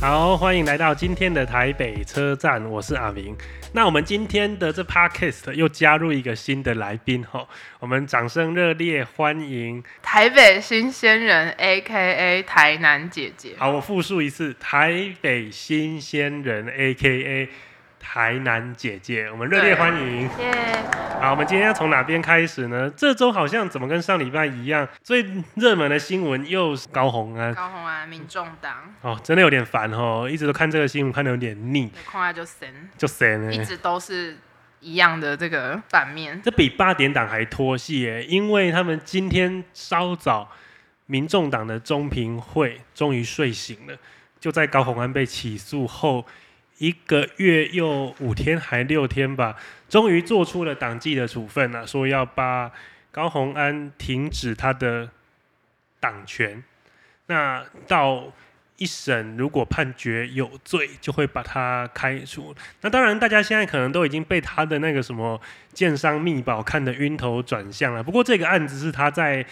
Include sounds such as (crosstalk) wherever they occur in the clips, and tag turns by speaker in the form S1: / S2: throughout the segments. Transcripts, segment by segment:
S1: 好，欢迎来到今天的台北车站，我是阿明。那我们今天的这 podcast 又加入一个新的来宾哈，我们掌声热烈欢迎。
S2: 台北新鲜人 A K A 台南姐姐，
S1: 好，我复述一次，台北新鲜人 A K A 台南姐姐，我们热烈欢迎。
S2: 耶、
S1: 好，我们今天要从哪边开始呢？这周好像怎么跟上礼拜一样，最热门的新闻又是高红安
S2: 高虹安、民众党，
S1: 哦，真的有点烦哦，一直都看这个新闻看的有点腻，
S2: 对看来啊就神，
S1: 就谁呢？
S2: 一直都是一样的这个版面，
S1: 这比八点档还拖戏耶，因为他们今天稍早，民众党的中评会终于睡醒了，就在高虹安被起诉后一个月又五天还六天吧，终于做出了党纪的处分了、说要把高虹安停止他的党权。那到一审如果判决有罪，就会把他开除。那当然，大家现在可能都已经被他的那个什么。建商密保看得晕头转向啊了。不过这个案子是他在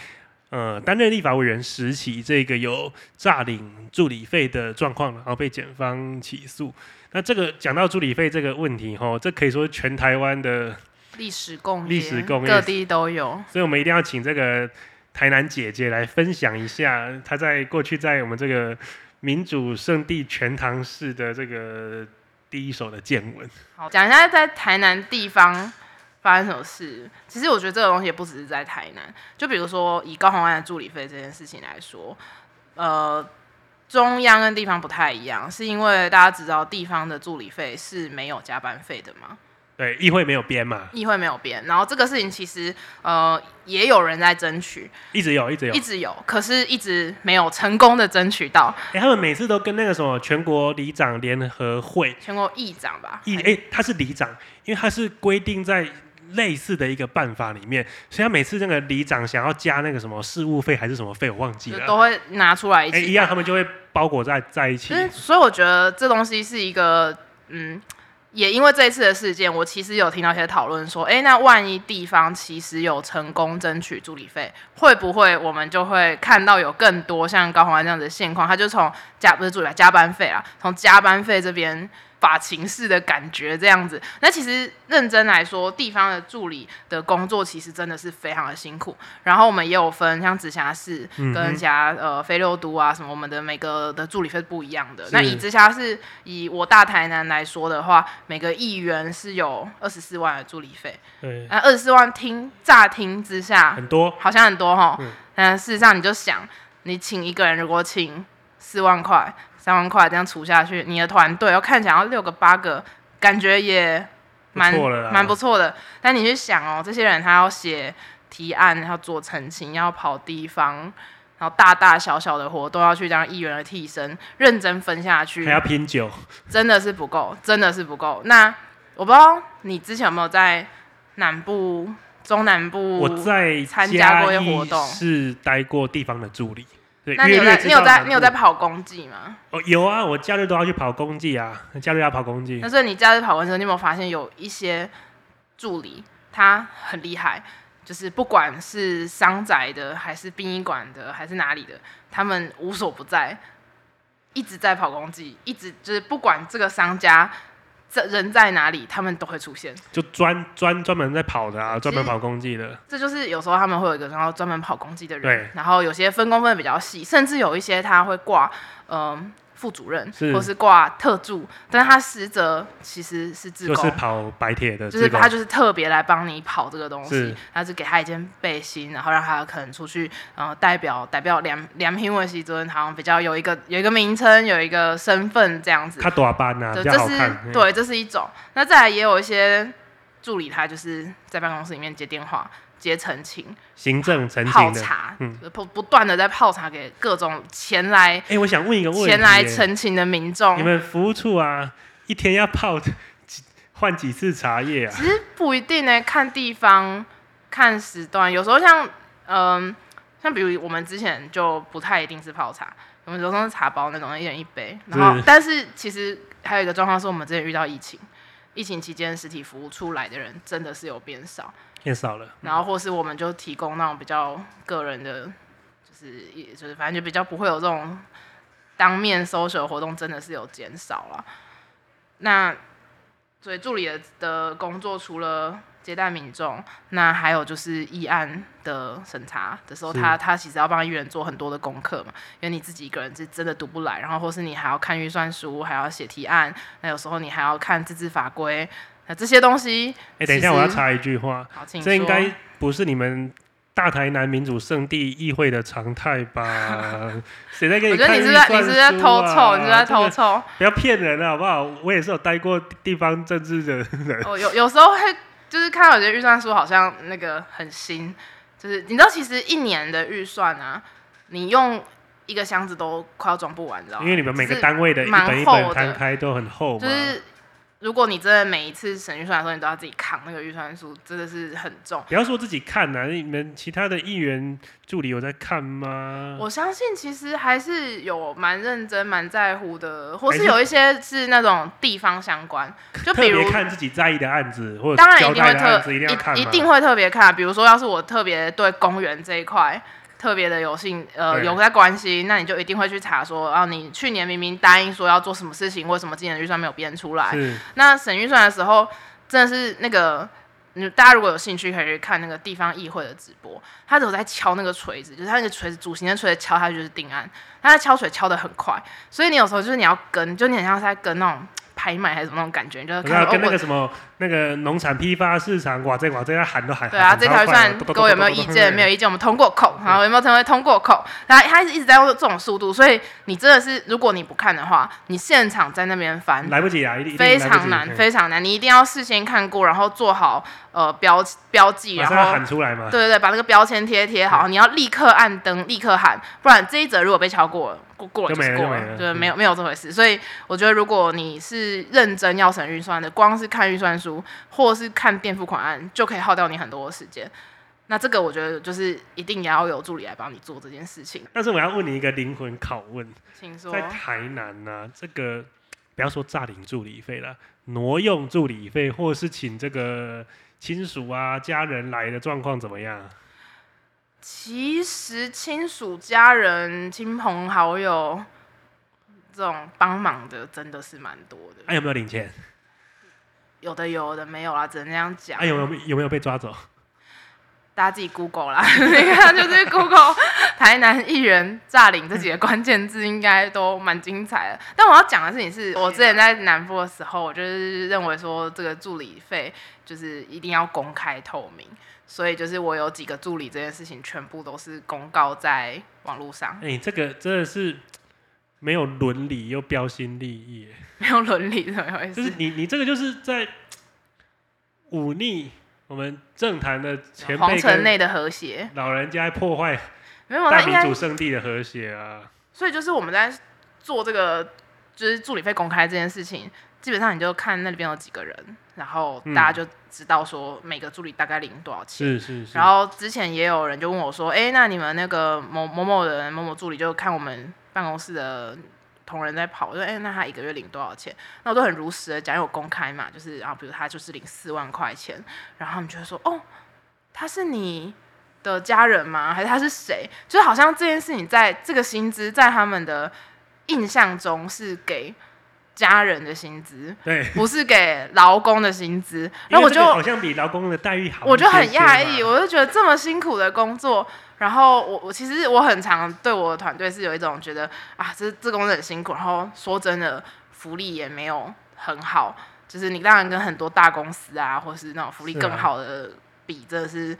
S1: 呃担任立法委员时期，这个有诈领助理费的状况，然后被检方起诉。那这个讲到助理费这个问题吼，这可以说是全台湾的，
S2: 历史共业
S1: 历史共业
S2: 各地都有，
S1: 所以我们一定要请这个台南姐姐来分享一下，她在过去在我们这个民主圣地全唐市的这个第一手的见闻。
S2: 好，讲一下在台南地方发生什么事。其实我觉得这个东西也不只是在台南，就比如说以高虹安的助理费这件事情来说，呃，中央跟地方不太一样，是因为大家知道地方的助理费是没有加班费的嘛，
S1: 对，议会没有编嘛，
S2: 议会没有变，然后这个事情其实呃也有人在争取，
S1: 一直有，一直有
S2: 一。直有，可是一直没有成功的争取到
S1: 哎、他们每次都跟那个什么全国里长联合会
S2: 全国议长吧？
S1: 一哎、他是里长，因为他是规定在类似的一个办法里面，所以他每次那个里长想要加那个什么事务费还是什么费，我忘记
S2: 就
S1: 了。
S2: 都会拿出来一
S1: 啊哎、
S2: 起、嗯
S1: 一样，他们就会包裹在在一起
S2: 就。是所以我觉得这东西是一个，嗯，也因为这一次的事件，我其实有听到一些讨论说，哎、那万一地方其实有成功争取助理费，会不会我们就会看到有更多像高虹安这样子的现况？他就从加不是助理费加班费啊，从加班费这边。法情式的感觉这样子，那其实认真来说，地方的助理的工作其实真的是非常的辛苦。然后我们也有分像直辖市
S1: 嗯哼
S2: 跟其他呃非六都啊什么，我们的每个的助理费是不一样的。
S1: 是
S2: 那以直辖市以我大台南来说的话，每个议员是有二十四万的助理费，
S1: 对，
S2: 那二十四万听乍听之下
S1: 很多。
S2: 好像很多哈
S1: 嗯，
S2: 但事实上你就想，你请一个人如果请四万块、三万块这样除下去，你的团队要看起来要六个八个，感觉也蛮
S1: 不错了啦
S2: 蛮不错的。但你去想哦，这些人他要写提案，要做澄清，要跑地方。然后大大小小的活动要去当议员的替身，认真分下去，
S1: 还要拼酒，
S2: 真的是不够，真的是不够。那我不知道你之前有没有在南部、中南部，
S1: 我在
S2: 嗯参加过一
S1: 嘉
S2: 些活
S1: 义
S2: 动
S1: 是待过地方的助理。对，
S2: 那你有
S1: 月月
S2: 在
S1: 知
S2: 你有
S1: 道
S2: 在
S1: 南
S2: 你有
S1: 部
S2: 在跑公祭吗？
S1: 哦有啊，我假日都要去跑公祭啊，假日要跑公祭
S2: 那。所以你假日跑完之后，你有没有发现有一些助理他很厉害？就是不管是商宅的，还是殡仪馆的，还是哪里的，他们无所不在，一直在跑公祭，一直就是不管这个商家这人在哪里，他们都会出现。
S1: 就专专专门在跑的啊，专门
S2: 其实
S1: 跑公祭的，
S2: 这就是有时候他们会有一个然后专门跑攻击的人
S1: 对，
S2: 然后有些分工分的比较细，甚至有一些他会挂嗯、副主任
S1: 是
S2: 或是挂特助，但是他实则其实是自
S1: 就
S2: 工。
S1: 是跑白铁的
S2: 就是
S1: 志工，
S2: 他就是特别来帮你跑这个东
S1: 是
S2: 西，他是给他一件背心，然后让他可能出去，呃，代表代表两两品的时尊，好像比较有一个有一个名称，有一个身份这样子。
S1: 他短班啊，比
S2: 对，
S1: 较
S2: 这
S1: 好
S2: 是
S1: 看。
S2: 对，这是一种。那再来也有一些助理，他就是在办公室里面接电话、接澄清，
S1: 行政层
S2: 泡
S1: 级的。
S2: 茶，
S1: 嗯
S2: 不不断的在泡茶给各种前来
S1: 哎、我想问一个问题、
S2: 前来
S1: 欸
S2: 澄清的民
S1: 你
S2: 众，
S1: 们服务处啊，一天要泡几换几次茶叶啊？
S2: 其实不一定呢、看地方、看时段，有时候像嗯、像比如我们之前就不太一定是泡茶，我们有时候是茶包那种，一人一杯。然后
S1: 是，
S2: 但是其实还有一个状况是我们之前遇到疫情，疫情期间实体服务出来的人真的是有变少。
S1: 变少了，
S2: 然后或是我们就提供那种比较个人的，就是也就是反正就比较不会有这种当面搜 l 活动真的是有减少了。那所以助理的的工作除了接待民众，那还有就是议案的审查的时候，
S1: 是
S2: 他他其实要帮议员做很多的功课嘛，因为你自己一个人是真的读不来，然后或是你还要看预算书，还要写提案，那有时候你还要看自治法规，那这些东西，
S1: 哎、等一下，我要
S2: 其实
S1: 插一句话，
S2: 好，请
S1: 这应
S2: 说
S1: 该不是你们大台南民主圣地议会的常态吧？谁在给
S2: 我
S1: 你
S2: 觉得
S1: 看
S2: 你
S1: 预
S2: 是
S1: 算
S2: 在
S1: 书
S2: 你
S1: 啊？
S2: 是在偷凑，你是在偷
S1: 这个
S2: 凑。
S1: 不要骗人啊了，好不好？我也是有待过地方政治的人，
S2: 我哦有有时候会就是看到有些预算书好像那个很新，就是你知道其实一年的预算啊，你用一个箱子都快要装不完，你知道吗？
S1: 因为你们每
S2: 就
S1: 个
S2: 哦是
S1: 单位的一
S2: 蛮
S1: 本一
S2: 厚
S1: 本
S2: 的
S1: 摊开都很厚嘛。
S2: 就是如果你真的每一次审预算的时候，你都要自己扛那个预算书，真的是很重。
S1: 不要说自己看呐、你们其他的议员助理有在看吗？
S2: 我相信其实还是有蛮认真、蛮在乎的，或
S1: 还
S2: 是
S1: 是
S2: 有一些是那种地方相关，就
S1: 特
S2: 比
S1: 别
S2: 如
S1: 看自己在意的案子 (laughs) 或者
S2: 当然
S1: 交
S2: 一定
S1: 代
S2: 会
S1: 的案
S2: 特
S1: 子，一定要看
S2: 一
S1: 嘛
S2: 定会特别看。比如说，要是我特别对公园这一块特别的有兴呃
S1: 对
S2: 有在关心，那你就一定会去查说，啊，你去年明明答应说要做什么事情，为什么今年的预算没有编出来？
S1: 是
S2: 那审预算的时候，真的是那个。你大家如果有兴趣，可以去看那个地方议会的直播。他只有在敲那个锤子，就是他那个锤子，主行政锤子敲下去就是定案。他在敲锤敲的很快，所以你有时候就是你要跟，就你很像是在跟那种拍卖还是什么那种感觉，你就是
S1: 我
S2: 看
S1: 要
S2: 到哦
S1: 啊跟那
S2: 我
S1: 个什么那个农产批发市场哇这哇这要喊都喊
S2: 对啊，
S1: 喊
S2: 这
S1: 哎超
S2: 条预
S1: 快
S2: 算
S1: 的
S2: 各位有没有意见？没有
S1: 有。
S2: 意见，我们通过扣，
S1: 嗯
S2: 好，有没有成为通过扣？他他是一直在用这种速度，所以你真的是，如果你不看的话，你现场在那边翻。
S1: 来不及啊，一定一定
S2: 非
S1: 来不
S2: 常
S1: 及
S2: 难，
S1: 嗯
S2: 非常难，你一定要事先看过，然后做好呃标标记，
S1: 马
S2: 然
S1: 上要
S2: 后
S1: 喊出来嘛。
S2: 对对对，把那个标签贴贴
S1: 嗯
S2: 好，你要立刻按灯，立刻喊，不然这一则如果被敲过了，过过
S1: 就
S2: 了就是
S1: 没了
S2: 过
S1: 就没了
S2: 对，
S1: 嗯
S2: 没有没有这回事。所以我觉得，如果你是认真要审预算的，光是看预算书或是看垫付款案，就可以耗掉你很多的时间。那这个我觉得就是一定也要有助理来帮你做这件事情，
S1: 但是我要问你一个灵魂拷问，
S2: 请说
S1: 在。台南呢、这个不要说诈领助理费了，挪用助理费，或是请这个亲属啊、家人来的状况怎么样？
S2: 其实亲属、家人、亲朋好友这种帮忙的真的是蛮多的，
S1: 哎、有没有领钱？
S2: 有的有的没有啦，只能这样讲。
S1: 哎、有没有有没有被抓走？
S2: 大家自己 Google 啦， (laughs) 你看就是 Google 台南艺人诈领这几个关键字，应该都蛮精彩的。 (laughs) 但我要讲的事情是，我之前在南部的时候，我就是认为说这个助理费就是一定要公开透明，所以就是我有几个助理这件事情全部都是公告在网络上，
S1: 哎、这个真的是没有伦理又标新立异耶，
S2: 没有伦理怎么回
S1: 就是
S2: 事？
S1: 你你这个就是在忤逆我们政坛的前
S2: 皇
S1: 辈
S2: 城
S1: 跟
S2: 内的和谐
S1: 老人家，破坏
S2: 没有，那
S1: 大
S2: 应
S1: 民
S2: 该
S1: 主圣地的和谐啊！
S2: 所以就是我们在做这个就是助理费公开这件事情，基本上你就看那里边有几个人，然后
S1: 嗯
S2: 大家就知道说每个助理大概领多少钱。
S1: 是是是
S2: 然，后之前也有人就问我说：“哎，那你们那个某某某人某某助理就看我们办公室的同仁在跑，我说哎，那他一个月领多少钱？”那我都很如实的讲，因为我公开嘛，就是啊，比如他就是领四万块钱，然后他们就会说：“哦，他是你的家人吗？还是他是谁？”就是好像这件事情在这个薪资在他们的印象中是给家人的薪资，
S1: 对，
S2: 不是给劳工的薪资。
S1: 因为
S2: 然后我
S1: 这
S2: 就
S1: 个好像比劳工的待遇好一些些嘛，
S2: 我就很讶异，我就觉得这么辛苦的工作，然后我我其实我很常对我的团队是有一种觉得啊，这这工作很辛苦，然后说真的，福利也没有很好，就是你当然跟很多大公司啊，或是那种福利
S1: 是啊
S2: 更好的比，真的是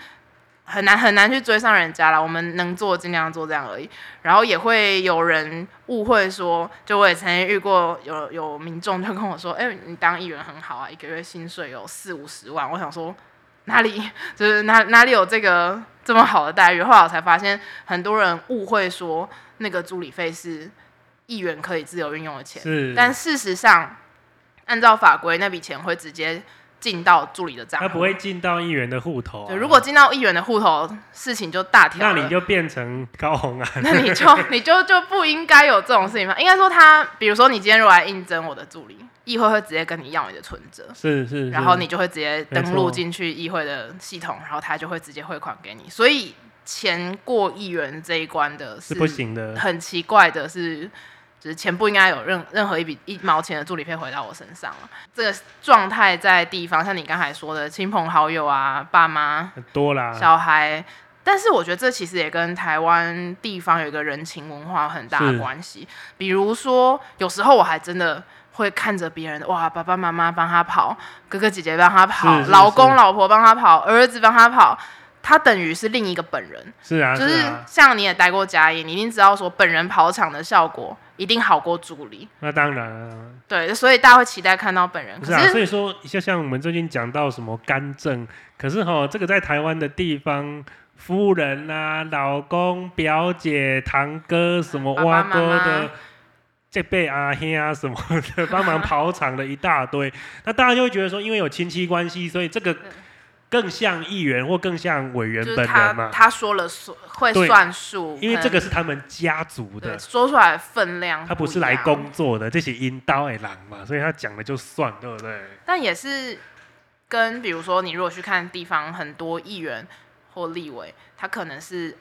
S2: 很难很难去追上人家了。我们能做尽量做这样而已，然后也会有人误会说，就我也曾经遇过有有民众就跟我说，哎、你当议员很好啊，一个月薪水有四五十万，我想说。哪里就是哪哪里有这个这么好的待遇？后来我才发现，很多人误会说那个助理费是议员可以自由运用的钱，
S1: 是，
S2: 但事实上，按照法规，那笔钱会直接进到助理的账户。
S1: 他不会进到议员的户头啊、
S2: 啊对，如果进到议员的户头，事情就大条
S1: 那
S2: 了。
S1: 你
S2: (laughs)
S1: 就变成高红啊，
S2: 那你就 (laughs) 你就就不应该有这种事情吧？应该说他，比如说你今天如果来应征我的助理，议会会直接跟你要你的存折，
S1: 是是是
S2: 然后你就会直接登
S1: 没错
S2: 录进去议会的系统，然后他就会直接汇款给你。所以钱过议员这一关的
S1: 是不行的，
S2: 很奇怪的是，就是钱不应该有任任何一笔一毛钱的助理费回到我身上了。这个状态在地方，像你刚才说的亲朋好友啊、爸妈、
S1: 很多啦，
S2: 小孩。但是我觉得这其实也跟台湾地方有一个人情文化有很大
S1: 是
S2: 的关系。比如说，有时候我还真的会看着别人，哇，爸爸妈妈帮他跑，哥哥姐姐帮他跑
S1: 是，是
S2: 老
S1: 是
S2: 公老婆帮他跑，儿子帮他跑，他等于是另一个本人。
S1: 是啊，
S2: 就是是
S1: 啊，
S2: 像你也待过家医，你一定知道说本人跑场的效果一定好过助理，
S1: 那当然啊，
S2: 对，所以大家会期待看到本人。
S1: 不是
S2: 可
S1: 啊，所
S2: 是
S1: 以说就像我们最近讲到什么干政，可是哈，这个在台湾的地方，夫人啊、老公、表姐、堂哥什么
S2: 爸爸
S1: 挖
S2: 妈
S1: 哥的
S2: 妈。
S1: 这辈阿兄啊什么
S2: (laughs)
S1: 的，帮忙跑场的一大堆，那大家就会觉得说，因为有亲戚关系，所以这个更像议员或更像委员
S2: 嗯就
S1: 本
S2: 是他
S1: 人嘛，
S2: 他说了算会
S1: 对
S2: 算数，
S1: 因为
S2: 可
S1: 这
S2: 能
S1: 个是他们家族的
S2: 对，说出来的分量，
S1: 他不是来，工作的，这些阴刀哎狼嘛，所以他讲了就算，对不对？
S2: 但也是跟比如说你如果去看地方很多议员或立委，他可能是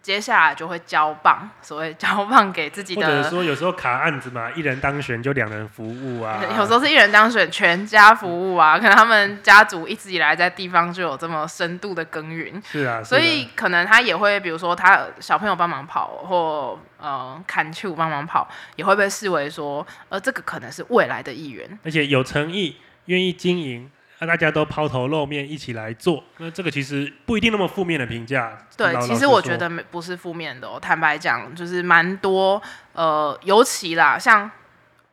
S2: 接下来就会交棒，所谓 (laughs) 交棒给自己
S1: 或者
S2: 的。。
S1: 说有时候卡案子嘛，一人当选就两人服务啊
S2: (laughs) 有时候是一人当选，全家服务啊，可能他们家族一直以来在地方就有这么深度的耕耘，
S1: 是啊，
S2: 所
S1: 是
S2: 以可能他也会，比如说他小朋友帮忙跑，或呃砍球帮忙跑，也会被视为说，呃，这个可能是未来的议员
S1: 啊，而且有诚意，愿意经营，那、大家都抛头露面一起来做，那这个其实不一定那么负面的评价。
S2: 对，
S1: 老
S2: 其实我觉，
S1: 老
S2: 得没不是负面的、哦，坦白讲，就是蛮多，呃，尤其啦，像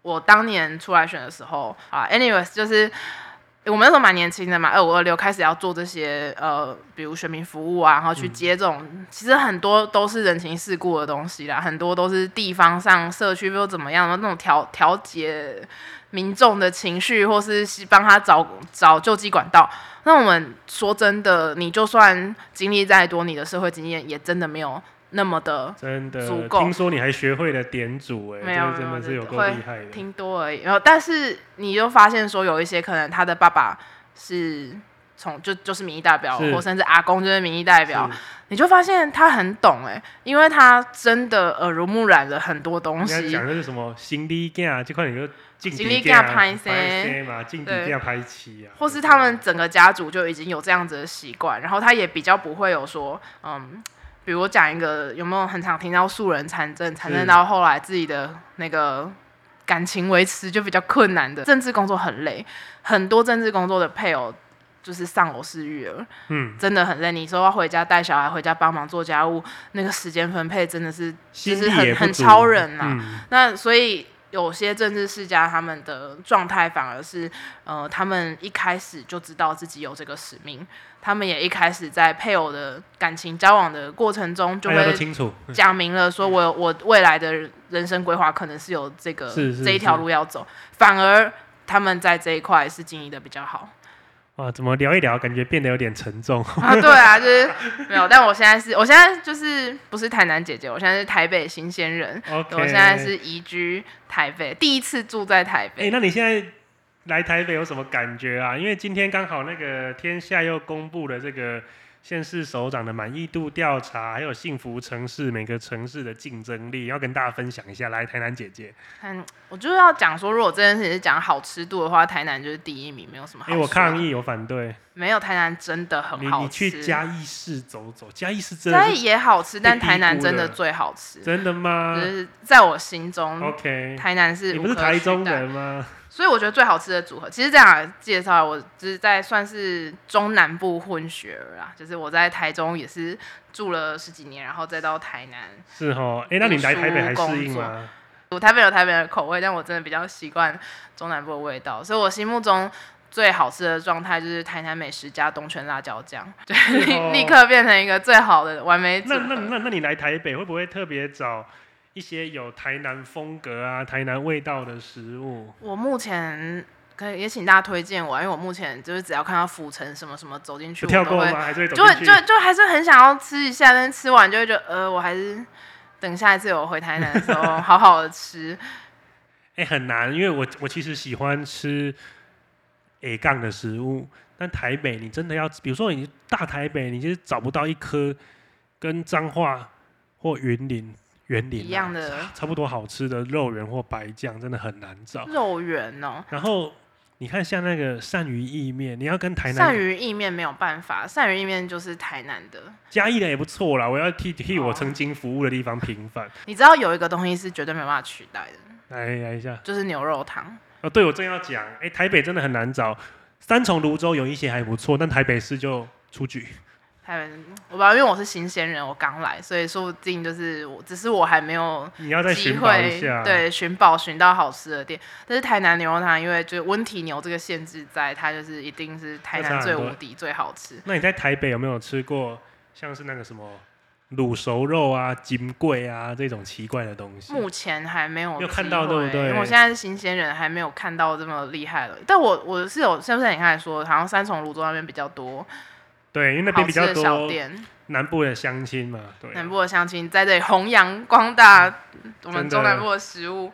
S2: 我当年出来选的时候啊，anyways，就是我们那时候蛮年轻的嘛，二五二六开始要做这些，呃，比如选民服务啊，然后
S1: 嗯
S2: 去接这种，其实很多都是人情世故的东西啦，很多都是地方上社区又怎么样，那种调调节民众的情绪，或是帮他找找救济管道。那我们说真的，你就算经历再多，你的社会经验也真的没有那么的
S1: 说真的
S2: 足够
S1: 听说你还学会了点主、哎，
S2: 没有
S1: 这个真
S2: 没
S1: 的
S2: 有
S1: 是有够
S2: 会
S1: 厉害的。
S2: 听多而已。然后，但是你就发现说，有一些可能他的爸爸是从就就是民意代表，
S1: 是
S2: 或甚至阿公就是民意代表，
S1: 是
S2: 你就发现他很懂哎、因为他真的耳濡目染了很多东
S1: 人家
S2: 西
S1: 讲。的是什么行李架，这块你就进
S2: 行李
S1: 架
S2: 架拍摄
S1: 拍摄嘛，进底
S2: 对
S1: 架拍起啊，
S2: 或是他们整个家族就已经有这样子的习惯，然后他也比较不会有说，嗯，比如我讲一个有没有很常听到素人参政，参政到后来自己的那个感情维持就比较困难的，政治工作很累，很多政治工作的配偶就是丧偶式育儿，
S1: 嗯，
S2: 真的很累。你说要回家带小孩，回家帮忙做家务，那个时间分配真的是
S1: 心 (laughs)
S2: 就是
S1: 力
S2: 很
S1: 也不
S2: 很
S1: 足
S2: 超人啊
S1: 嗯
S2: 那所以有些政治世家他们的状态反而是，呃，他们一开始就知道自己有这个使命，他们也一开始在配偶的感情交往的过程中就
S1: 大家都
S2: 会
S1: 清楚，
S2: 讲明了，
S1: 嗯
S2: 说我我未来的人生规划可能是有这个
S1: 是是
S2: 这一条路要走，反而他们在这一块是经营的比
S1: (laughs)
S2: 较好
S1: 哇，啊怎么聊一聊，感觉变得有点沉
S2: (laughs)
S1: 重。
S2: 啊。对啊，就是没有，但我现在是我现在就是不是台南姐姐，我现在是台北新鲜人。
S1: OK，
S2: 我现在是移居台北，第一次住在台
S1: 哎、
S2: 北。
S1: 那你现在来台北有什么感觉啊？因为今天刚好那个天下又公布了这个县市首长的满意度调查，还有幸福城市每个城市的竞争力，要跟大家分享一下。来，台南姐姐，
S2: 看，我就是要讲说，如果这件事情是讲好吃度的话，台南就是第一名，没有什么好
S1: 哎、
S2: 说的。
S1: 我抗议，我反对。
S2: 没有台南真的很
S1: 你
S2: 好吃。
S1: 你去嘉义市走走，嘉义市真
S2: 嘉
S1: 的
S2: 义
S1: 是
S2: 也好吃，但
S1: 被低
S2: 台南
S1: 估
S2: 真的
S1: 的
S2: 最好吃，
S1: 真的吗
S2: 就是在我心中。
S1: ？OK，
S2: 嗯台南是
S1: 你
S2: 无
S1: 不是
S2: 可
S1: 台
S2: 取
S1: 中
S2: 代
S1: 人吗？
S2: 所以我觉得最好吃的组合，其实这样介绍，我就是在算是中南部混血儿啦，就是我在台中也是住了十几年，然后再到台南，
S1: 是哦。哎、那你来台北还
S2: 读书
S1: 适应
S2: 工作
S1: 吗？
S2: 我台北有台北的口味，但我真的比较习惯中南部的味道，所以我心目中最好吃的状态就是台南美食加东泉辣椒
S1: (laughs)
S2: 酱，对，
S1: 是
S2: (laughs)
S1: 哦
S2: 立立刻变成一个最好的完美组
S1: 那那
S2: 合。
S1: 那那你来台北会不会特别找一些有台南风格啊、台南味道的食物？
S2: 我目前可以也请大家推荐我啊，因为我目前就是只要看到府城什么什么走进去，
S1: 有跳
S2: 我
S1: 过
S2: 都会
S1: 吗？还是会走
S2: 就会
S1: 进去
S2: 就？就还是很想要吃一下，但是吃完就会觉得呃，我还是等下一次我回台南的时
S1: (laughs)
S2: 候好好的吃。
S1: 哎、很难，因为我我其实喜欢吃 A 杠的食物，但台北你真的要，比如说你大台北，你就是找不到一颗跟彰化或云林园林、啊、
S2: 一样的
S1: 差不多好吃的肉圆或白酱，真的很难找。
S2: 肉圆哦。
S1: 然后你看像那个鳝鱼意面，你要跟台
S2: 鳝
S1: 南
S2: 鱼意面没有办法，鳝鱼意面就是台南的。
S1: 嘉义的也不错啦，我要替替我
S2: 哦
S1: 曾经服务的地方平反。
S2: 你知道有一个东西是绝对没有办法取代的，
S1: 来来一下，
S2: 就是牛肉汤。
S1: 哦，对，我正要讲，哎、台北真的很难找，三重、泸州有一些还不错，但台北市就出局。
S2: 台湾，我不知道，因为我是新鲜人，我刚来，所以说不定就是我，只是我还没有
S1: 你要再
S2: 嗯机
S1: 寻宝一
S2: 会
S1: 下，，
S2: 对寻宝寻到好吃的店。但是台南牛肉汤，因为就是温体牛这个限制在，它就是一定是台
S1: 那差
S2: 南
S1: 很
S2: 最
S1: 多
S2: 无敌最好吃。
S1: 那你在台北有没有吃过像是那个什么卤熟肉啊、金贵啊这种奇怪的东西？
S2: 目前还没有
S1: 没有看
S2: 机
S1: 到对不
S2: 会
S1: 对
S2: 因为我现在是新鲜人，还没有看到这么厉害的。但我我是有，像不像你刚才说，好像三重、泸州那边比较多
S1: 对，因为那边
S2: 好
S1: 比
S2: 吃
S1: 较
S2: 的小
S1: 多
S2: 店，
S1: 南部的乡亲嘛，对。啊嗯
S2: 南部的乡亲在这里弘扬光大我
S1: 真
S2: 们
S1: 的
S2: 中南部的食物。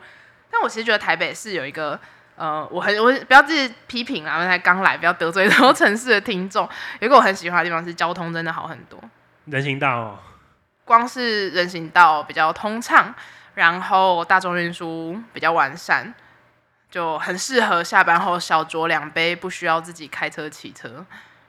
S2: 但我其实觉得台北市有一个。呃，我很我不要自己批评啦，因为才刚来，不要得罪很多城市的听众。 (laughs) 有一个我很喜欢的地方是交通真的好很多，
S1: 人行道、哦，
S2: 光是人行道比较通畅，然后大众运输比较完善，就很适合下班后小酌两杯，不需要自己开车骑车。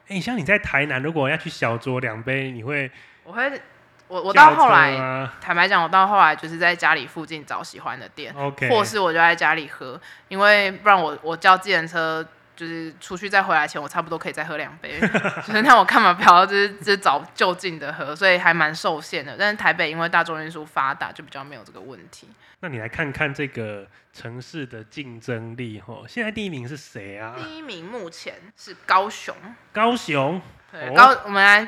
S1: 哎、像你在台南，如果要去小酌两杯，你会
S2: 我会，我我
S1: 叫
S2: 到后
S1: 车啊
S2: 来，
S1: 吗
S2: 坦白讲，我到后来就是在家里附近找喜欢的店，
S1: ，OK，
S2: 或是我就在家里喝，因为不然我我叫计程车。就是出去再回来前，我差不多可以再喝两杯。
S1: (laughs)
S2: 就是那我干嘛不要就是就是找就近的喝，所以还蛮受限的。但是台北因为大众运输发达，就比较没有这个问题。
S1: 那你来看看这个城市的竞争力吼，现在第一名是谁啊？
S2: 第一名目前是高雄，
S1: 高雄，
S2: 对，
S1: 哦
S2: 高，我们来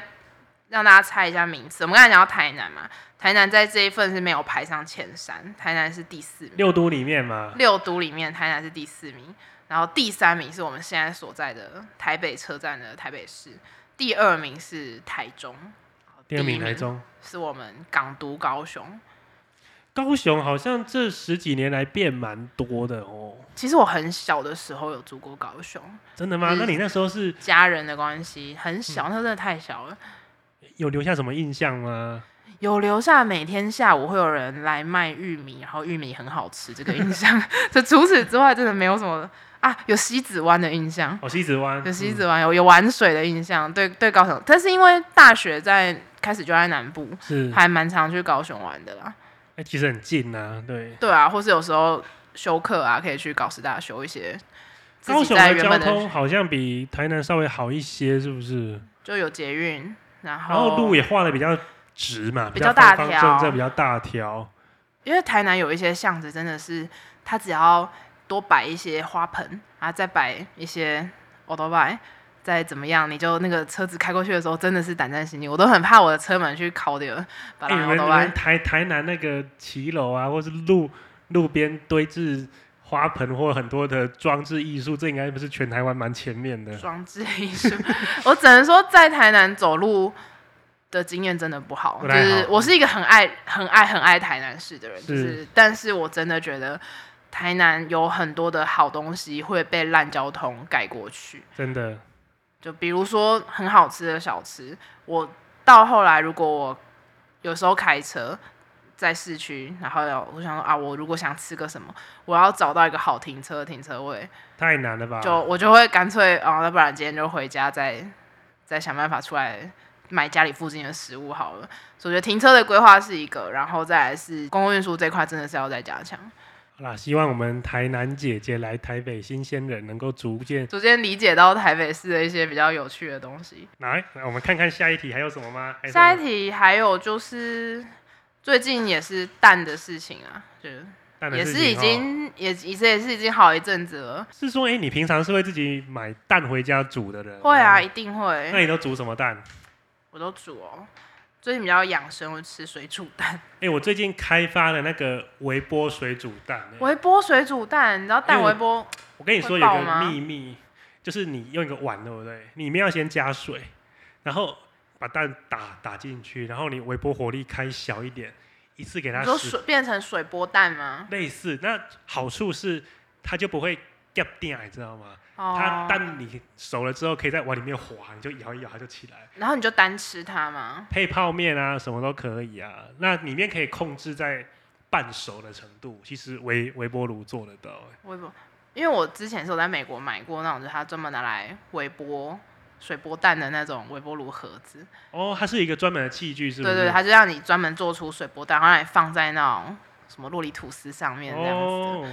S2: 让大家猜一下名次。我们刚才讲到台南嘛，台南在这一份是没有排上前三，台南是第四名，
S1: 六都里面嘛，
S2: 六都里面台南是第四名，然后第三名是我们现在所在的台北车站的台北市，第二名是台中，
S1: 第二名台中。
S2: 是我们港都高雄。
S1: 高雄好像这十几年来变蛮多的哦，
S2: 其实我很小的时候有住过高雄，
S1: 真的吗？
S2: 嗯
S1: 那你那时候是
S2: 家人的关系很小，那真的太小了。
S1: 有留下什么印象吗？
S2: 有留下每天下午会有人来卖玉米，然后玉米很好吃这个印象。 (laughs) 这除此之外，真的没有什么啊，有西子湾的印象，
S1: 哦，西子湾，
S2: 有西
S1: 嗯
S2: 子湾，有有玩水的印象。对对，高雄，但是因为大学在开始就在南部，
S1: 嗯是，
S2: 还蛮常去高雄玩的啦。
S1: 哎，其实很近啊，对。
S2: 对啊，或是有时候休课啊，可以去搞师大修一些。自
S1: 高
S2: 己
S1: 雄
S2: 在
S1: 的
S2: 原
S1: 交
S2: 本的
S1: 通好像比台南稍微好一些，是不是？
S2: 就有捷运，然后
S1: 然后路也画的比较直嘛，
S2: 比
S1: 较
S2: 较大
S1: 方方
S2: 条
S1: 正正，比较大条。
S2: 因为台南有一些巷子真的是，它只要多摆一些花盆，啊，再摆一些 o d o b i 再怎么样，你就那个车子开过去的时候，真的是胆战心惊，我都很怕我的车门去烤掉，把
S1: 哎，
S2: 它
S1: 你
S2: o
S1: 们
S2: d
S1: 你
S2: o
S1: 们
S2: b
S1: 台台南那个骑楼啊，或是路路边堆置花盆或很多的装置艺术，这应该不是全台湾蛮前面的。
S2: 装置艺术。我只能说，在台南走路的经验真的不好，
S1: 不
S2: 就
S1: 太好
S2: 是我是一个很爱、很爱、很爱台南市的人，就是是，但是我真的觉得台南有很多的好东西会被烂交通盖过去。
S1: 真的，
S2: 就比如说很好吃的小吃，我到后来如果我有时候开车在市区，然后要我想说啊，我如果想吃个什么，我要找到一个好停车的停车位，
S1: 太难了吧？
S2: 就我就会干脆啊，那不然今天就回家再再想办法出来。买家里附近的食物好了，所以我觉得停车的规划是一个，然后再来是公共运输这块真的是要再加强，
S1: 好啦，希望我们台南姐姐来台北新鲜人能够逐渐
S2: 逐渐理解到台北市的一些比较有趣的东西。
S1: 来。来我们看看下一题还有什么吗？还有什么
S2: 下一题还有就是最近也是蛋的事情啊，就是
S1: 蛋的
S2: 也
S1: 事
S2: 是
S1: 情
S2: 已
S1: 哦
S2: 经也也是也是已经好一阵子了。
S1: 是说，哎、你平常是会自己买蛋回家煮的人？
S2: 会啊，
S1: 嗯。
S2: 一定
S1: 那
S2: 会，
S1: 你都煮什么蛋？
S2: 我都煮哦。最近比较养生，我吃水煮蛋，
S1: 哎、我最近开发了那个微波水煮蛋、欸
S2: 微波水煮蛋，你知道
S1: 哎
S2: 蛋
S1: 我
S2: 微波
S1: 我跟你说
S2: 会
S1: 有
S2: 爆
S1: 个
S2: 吗
S1: 秘密，就是你用一个碗，对不对？里面要先加水，然后把蛋打打进去，然后你微波火力开小一点，一次给它
S2: 你说
S1: 十
S2: 水变成水波蛋吗？
S1: 类似。那好处是它就不会掉掉，你知道吗？它
S2: 哦，
S1: 但你熟了之后，可以在碗里面滑，你就摇一摇它就起来。
S2: 然后你就单吃它嘛。
S1: 配泡面啊，什么都可以啊。那里面可以控制在半熟的程度，其实微微波炉做得到、欸
S2: 微波，因为我之前是有在美国买过那种，就是它专门拿来微波水波蛋的那种微波炉盒子。
S1: 哦，它是一个专门的器具，是不
S2: 对
S1: 是？
S2: 对，它就让你专门做出水波蛋，然后让你放在那种什么洛里吐司上面这样子。
S1: 哦，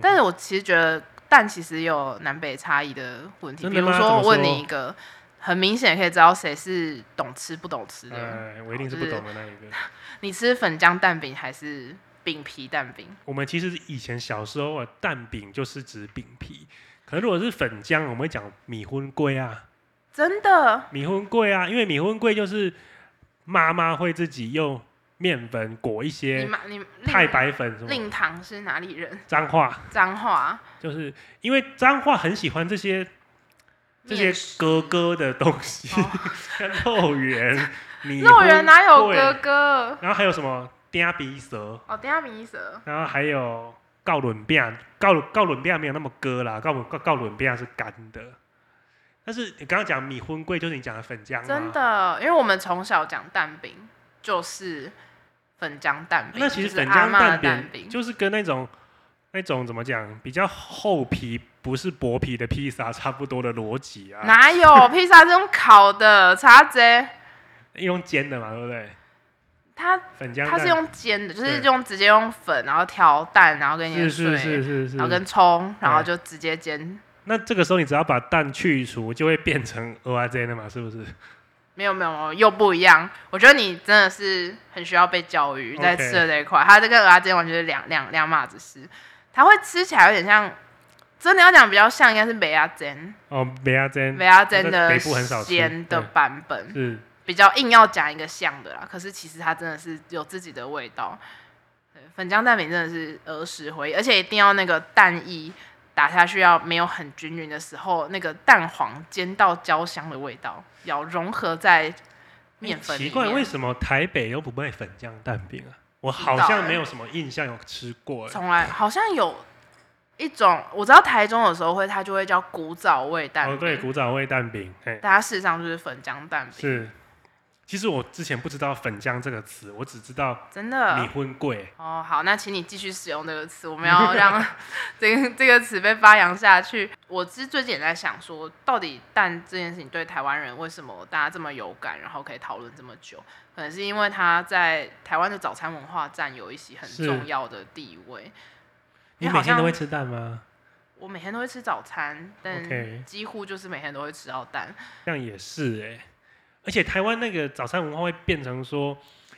S2: 但是我其实觉得蛋其实也有南北差异的问题，
S1: 真
S2: 比
S1: 的
S2: 如
S1: 吗
S2: 说我
S1: 怎么说
S2: 问你一个，很明显可以知道谁是懂吃不懂吃的人。
S1: 哎，我一定是不懂的那一个。
S2: 你吃粉浆蛋饼还是饼皮蛋饼？
S1: 我们其实以前小时候啊，蛋饼就是指饼皮，可能如果是粉浆，我们会讲米荤龟啊，
S2: 真的
S1: 米荤龟啊，因为米荤龟就是妈妈会自己用面粉裹一
S2: 你
S1: 些
S2: 妈你
S1: 太
S2: 令
S1: 白粉什么
S2: 令堂是哪里人？ (laughs)
S1: 脏话，
S2: 彰化啊
S1: 就是因为脏话很喜欢这些这些
S2: 面食
S1: 哥
S2: 哦
S1: 哥的东西， (laughs) 像肉圆、米
S2: 肉圆哪有
S1: 对
S2: 哥哥？
S1: 然后还有什么嗲鼻蛇，
S2: 哦，等一下米蛇
S1: 然后还有告伦饼，啊告告伦饼没有那么割啦，告告告伦饼是干的。但是你刚刚讲米荤贵，就是你讲的粉浆
S2: 真
S1: 吗？
S2: 的，因为我们从小讲蛋饼就是粉浆蛋饼，
S1: 那其实
S2: 就是
S1: 粉
S2: 阿
S1: 浆
S2: 嬷的
S1: 蛋
S2: 饼
S1: 饼就是跟那种那种怎么讲，比较厚皮不是薄皮的披萨差不多的逻辑啊，
S2: 哪有披萨这种烤的？茶贼，
S1: 用煎的嘛，对不对？
S2: 它
S1: 粉浆
S2: 它是
S1: 蛋
S2: 用煎的，就是
S1: 对
S2: 用直接用粉，然后调蛋，然后跟你的
S1: 是
S2: 水，
S1: 是是是
S2: 然
S1: 是。
S2: 后跟葱，然后
S1: 对
S2: 就直接煎。
S1: 那这个时候你只要把蛋去除，就会变成 O R Z 了嘛，是不是？
S2: 没有没有没有又不一样。我觉得你真的是很需要被教育
S1: OK
S2: 在吃的这一块。它这个蚵仔煎完全是两两两码子事，它会吃起来有点像，真的要讲比较像应该是梅亚煎，
S1: 哦，没啊，真
S2: 梅亚煎
S1: 那
S2: 的
S1: 北部很少吃
S2: 煎的
S1: 对
S2: 版本，
S1: 是
S2: 比较硬要讲一个像的啦。可是其实它真的是有自己的味道。对粉浆蛋饼真的是儿时回忆，而且一定要那个蛋液打下去要没有很均匀的时候，那个蛋黄煎到焦香的味道要融合在面粉里
S1: 奇
S2: 面。
S1: 怪，为什么台北又不卖粉浆蛋饼啊？我好
S2: 不知道
S1: 像
S2: 欸
S1: 没有什么印象有吃过、欸。
S2: 从来好像有一种我知道台中有时候会它就会叫古早味蛋饼，
S1: 哦，对，古早味蛋饼，哎，
S2: 但它事实上就是粉浆蛋饼，
S1: 是。其实我之前不知道“粉浆”这个词，我只知道
S2: 真
S1: 米
S2: 的。
S1: 荤贵。
S2: 哦，好，那请你继续使用这个词，我们要
S1: (laughs)
S2: 让这个这个词被发扬下去。我是最近也在想说，到底蛋这件事情对台湾人为什么大家这么有感，然后可以讨论这么久？可能是因为它在台湾的早餐文化占有一席很
S1: 是
S2: 重要的地位。
S1: 你每
S2: 因为好
S1: 天
S2: 像
S1: 都会吃蛋吗？
S2: 我每天都会吃早餐，
S1: OK
S2: 但几乎就是每天都会吃到蛋。
S1: 这样也是哎、而且台湾那个早餐文化会变成说，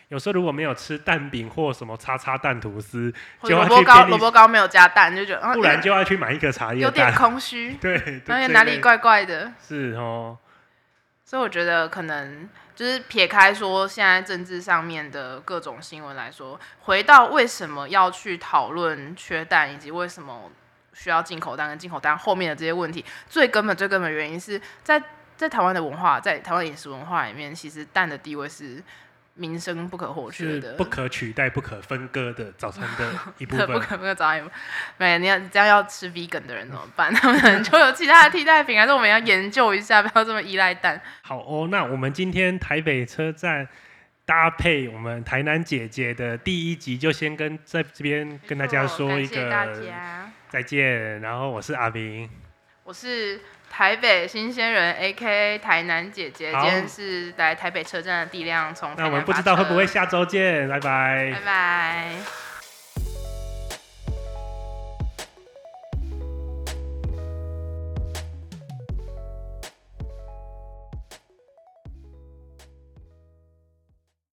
S1: 有时候如果没有吃蛋饼或什么叉叉蛋吐司，
S2: 或
S1: 就
S2: 者
S1: 要
S2: 萝
S1: 去
S2: 卜
S1: 便
S2: 糕，
S1: 利
S2: 萝卜糕没有加蛋，就觉得啊，
S1: 不然就要去买一个茶叶
S2: 有点
S1: 蛋。
S2: 空虚，
S1: (laughs) 对，
S2: 然后
S1: 对
S2: 有哪里？怪怪的。
S1: 这类是哦，
S2: 所以我觉得可能就是撇开说现在政治上面的各种新闻来说，回到为什么要去讨论缺蛋，以及为什么需要进口蛋跟进口蛋后面的这些问题，最根本最根本的原因是在在台湾的文化，在台湾饮食文化里面，其实蛋的地位是民生不可或缺
S1: 是
S2: 的， (laughs)
S1: 不可取代、不可分割的早餐的一部
S2: 不
S1: 分。
S2: 可不可早点，没你要你这样要吃 vegan 的人怎么办？他们
S1: (laughs)
S2: 可能就有其他的替代品，还是我们要研究一下，不要这么依赖蛋。
S1: 好哦，那我们今天台北车站搭配我们台南姐姐的第一集，就先跟在这边跟大家说一
S2: 哦感谢大
S1: 个
S2: 家，
S1: 再见。然后我是阿明，
S2: 我是台北新鲜人 A K 台南姐姐，
S1: 好
S2: 今天是来台北车站的地量从台
S1: 那我
S2: 南
S1: 们不
S2: 发
S1: 知道会
S2: 车
S1: 不会下周见，拜拜
S2: 拜拜。